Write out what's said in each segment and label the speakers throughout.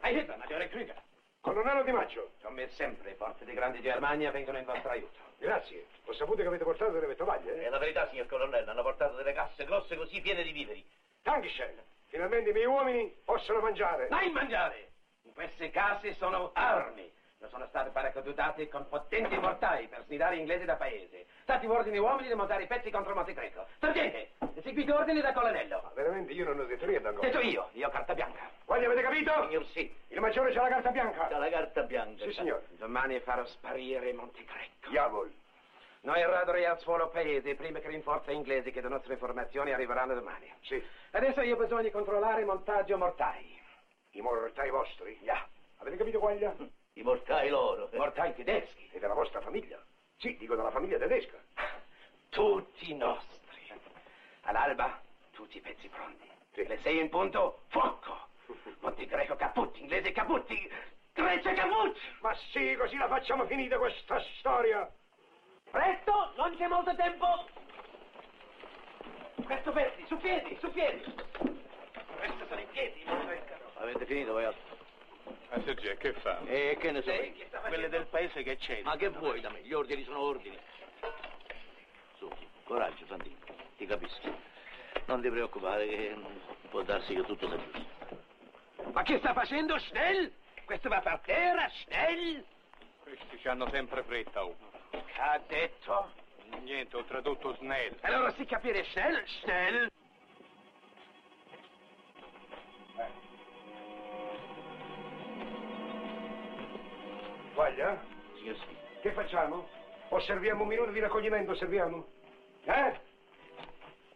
Speaker 1: Hai detto, Maggiore Krieger.
Speaker 2: Colonnello Di Maggio,
Speaker 1: Come sempre, i forti di Grandi Germania vengono in vostro aiuto.
Speaker 2: grazie. Ho saputo che avete portato delle vettovaglie.
Speaker 3: È
Speaker 2: Eh?
Speaker 3: la verità, signor colonnello, hanno portato delle casse grosse così piene di viveri.
Speaker 2: Dankeschön. Finalmente i miei uomini possono mangiare.
Speaker 1: Dai mangiare! In queste case sono armi. Non sono state paracadutate con potenti mortai per snidare gli inglesi da paese. Stati ordini uomini di montare i pezzi contro Montecreto. Sergente, eseguite ordini da colonnello.
Speaker 2: Ma veramente io non ho detto niente ancora.
Speaker 1: Detto io, io carta bianca.
Speaker 2: Guardi, avete capito?
Speaker 3: Signor sì,
Speaker 2: Il maggiore c'ha la carta bianca.
Speaker 3: dalla carta bianca.
Speaker 2: Sì, signore.
Speaker 1: Domani farò sparire Montecreto.
Speaker 2: Diavolo.
Speaker 1: Noi raderemo al suolo paese prima che rinforzi inglesi che le nostre informazioni arriveranno domani.
Speaker 2: Sì,
Speaker 1: Adesso io bisogna controllare montaggio mortai.
Speaker 2: i mortai vostri.
Speaker 1: Yeah.
Speaker 2: Avete capito, Guaglia?
Speaker 3: I mortai loro.
Speaker 1: Mortai tedeschi.
Speaker 2: E della vostra famiglia. Sì, dico della famiglia tedesca.
Speaker 1: Tutti nostri. All'alba, tutti i pezzi pronti.
Speaker 2: Sì.
Speaker 1: Le sei in punto, fuoco. Monti greco caputti, inglese caputti, Grecia caputti.
Speaker 2: Ma sì, così la facciamo finita questa storia.
Speaker 1: Presto, non c'è molto tempo. Presto, Persi, su piedi, su piedi. Presto sono in piedi, non peccano.
Speaker 3: Avete finito, voi altri?
Speaker 4: Ma Sergio, che fa?
Speaker 3: E che ne so
Speaker 1: Lei
Speaker 3: io?
Speaker 1: che sta facendo?
Speaker 4: paese che c'è.
Speaker 3: Ma che vuoi da me? Gli ordini sono ordini. Su, coraggio, Santino, ti capisco. Non ti preoccupare che può darsi che tutto sia giusto.
Speaker 1: Ma che sta facendo, Schnell? Questo va per terra, Schnell.
Speaker 4: Questi ci hanno sempre fretta, oh.
Speaker 1: Che ha detto?
Speaker 4: Niente, ho tradotto Snell.
Speaker 1: Allora si capire, Schnell, Schnell.
Speaker 2: Guaglia,
Speaker 3: Signor sì.
Speaker 2: che facciamo? O serviamo un minuto di raccoglimento, serviamo? Eh?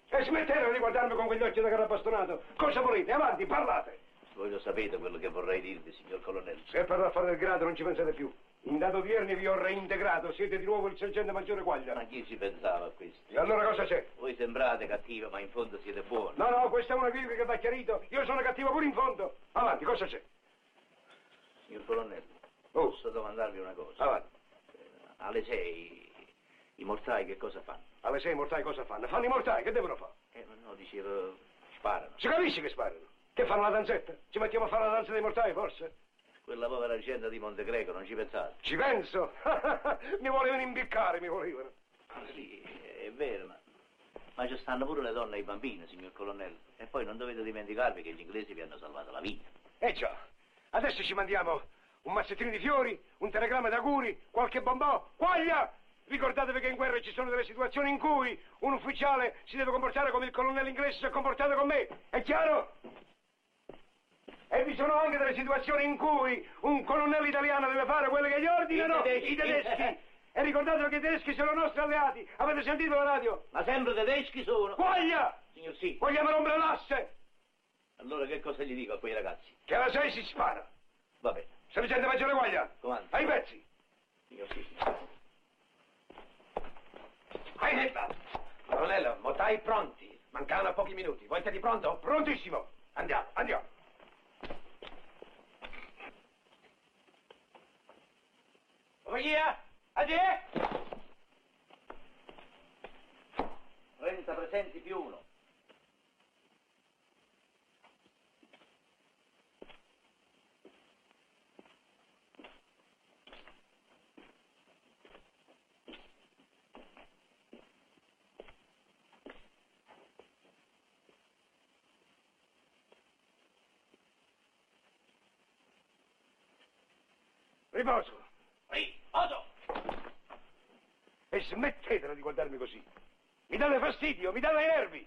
Speaker 2: E smettetela di guardarmi con quegli occhi da carabastonata. Cosa volete? Avanti, parlate.
Speaker 3: Voi lo sapete quello che vorrei dirvi, signor colonnello.
Speaker 2: Se per l'affare del grado non ci pensate più. In dato di ieri vi ho reintegrato, siete di nuovo il sergente maggiore
Speaker 3: Ma
Speaker 2: Guaglia.
Speaker 3: chi ci pensava a questo?
Speaker 2: E allora cosa c'è?
Speaker 3: Voi sembrate cattivi, ma in fondo siete buoni.
Speaker 2: No, no, questa è una critica che va chiarito. Io sono cattivo pure in fondo. Avanti, cosa c'è?
Speaker 3: Signor colonnello,
Speaker 2: Oh. Ah,
Speaker 3: posso domandarvi una cosa?
Speaker 2: Avanti.
Speaker 3: Alle sei i mortai che cosa fanno?
Speaker 2: Alle sei i mortai cosa fanno? Fanno i mortai, che devono fare?
Speaker 3: Eh, no, dicevo, sparano.
Speaker 2: Si capisce che sparano. Che fanno la danzetta? Ci mettiamo a fare la danza dei mortai, forse?
Speaker 3: Quella povera gente di Montecreco, non ci pensate?
Speaker 2: Ci penso. mi volevano imbiccare, mi volevano.
Speaker 3: Sì, Eh, è vero, ma, ma ci stanno pure le donne e i bambini, signor colonnello. E poi non dovete dimenticarvi che gli inglesi vi hanno salvato la vita.
Speaker 2: Eh già, adesso ci mandiamo un mazzettino di fiori, un telegramma d'auguri, qualche bombò, quaglia! Ricordatevi che in guerra ci sono delle situazioni in cui un ufficiale si deve comportare come il colonnello inglese si è comportato con me, è chiaro? E vi sono anche delle situazioni in cui un colonnello italiano deve fare quello che gli ordinano
Speaker 3: I tedeschi.
Speaker 2: i tedeschi. E ricordatevi che i tedeschi sono i nostri alleati, avete sentito la radio?
Speaker 3: Ma sempre tedeschi sono!
Speaker 2: Quaglia!
Speaker 3: Signor sì,
Speaker 2: Vogliamo rompere l'asse!
Speaker 3: allora che cosa gli dico a quei ragazzi?
Speaker 2: Che alla 6 si spara!
Speaker 3: Va bene,
Speaker 2: Sergente Maggiore Guaglia,
Speaker 3: Comando.
Speaker 2: ai pezzi!
Speaker 3: signor sì.
Speaker 1: Hai detto? Colonnello, motai pronti. Mancano pochi minuti. Voi siete pronto?
Speaker 2: Prontissimo!
Speaker 1: Andiamo.
Speaker 2: Andiamo.
Speaker 1: Over here. Adie.
Speaker 3: 30 presenti più uno.
Speaker 2: Riposo.
Speaker 3: Ehi, Otto!
Speaker 2: E smettetela di guardarmi così. Mi date fastidio, mi date i nervi.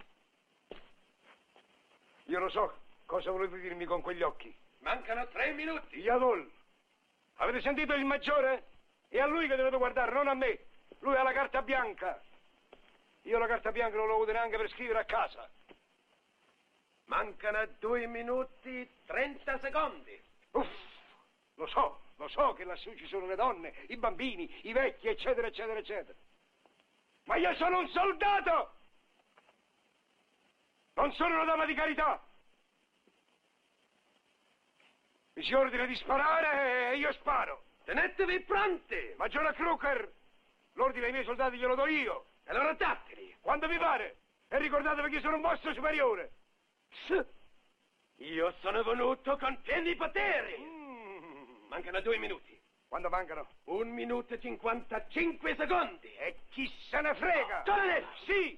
Speaker 2: Io lo so cosa volete dirmi con quegli occhi.
Speaker 1: Mancano tre minuti.
Speaker 2: Yadol. Avete sentito il maggiore? È a lui che dovete guardare, non a me. Lui ha la carta bianca. Io la carta bianca non la uso neanche per scrivere a casa.
Speaker 1: Mancano due minuti trenta secondi.
Speaker 2: Uff, lo so, lo so che lassù ci sono le donne, i bambini, i vecchi, eccetera, eccetera, eccetera. Ma io sono un soldato! Non sono una dama di carità! Mi si ordina di sparare e io sparo.
Speaker 1: Tenetevi pronti.
Speaker 2: Maggiore Crooker, l'ordine ai miei soldati glielo do io,
Speaker 1: Allora dateli.
Speaker 2: quando vi pare. E ricordatevi che sono un vostro superiore.
Speaker 1: Io sono venuto con pieni poteri.
Speaker 2: Mm.
Speaker 1: Mancano due minuti.
Speaker 2: Quando mancano?
Speaker 1: Un minuto e 55 secondi.
Speaker 2: E chi se ne frega?
Speaker 1: Colonnello!
Speaker 2: Sì!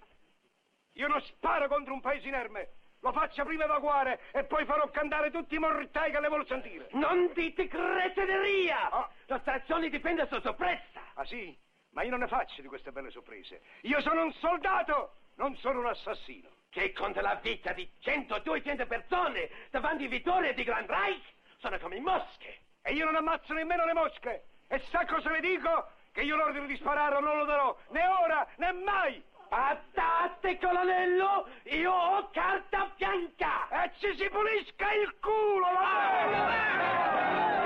Speaker 2: Io non sparo contro un paese inerme. Lo faccio prima evacuare e poi farò cantare tutti i mortai che le vuol sentire.
Speaker 1: Non dite creteneria!
Speaker 2: Ah.
Speaker 1: La stazione dipende sotto pressa.
Speaker 2: Ah sì? Ma io non ne faccio di queste belle sorprese. Io sono un soldato, non sono un assassino.
Speaker 1: Che conta la vita di 100-200 persone davanti a Vittorio e di Grand Reich sono come mosche.
Speaker 2: E io non ammazzo nemmeno le mosche. E sa cosa le dico? Che io l'ordine di sparare o non lo darò, né ora né mai.
Speaker 1: Ah. Patate, colonnello, io ho carta bianca!
Speaker 2: E ci si pulisca il culo, va bene?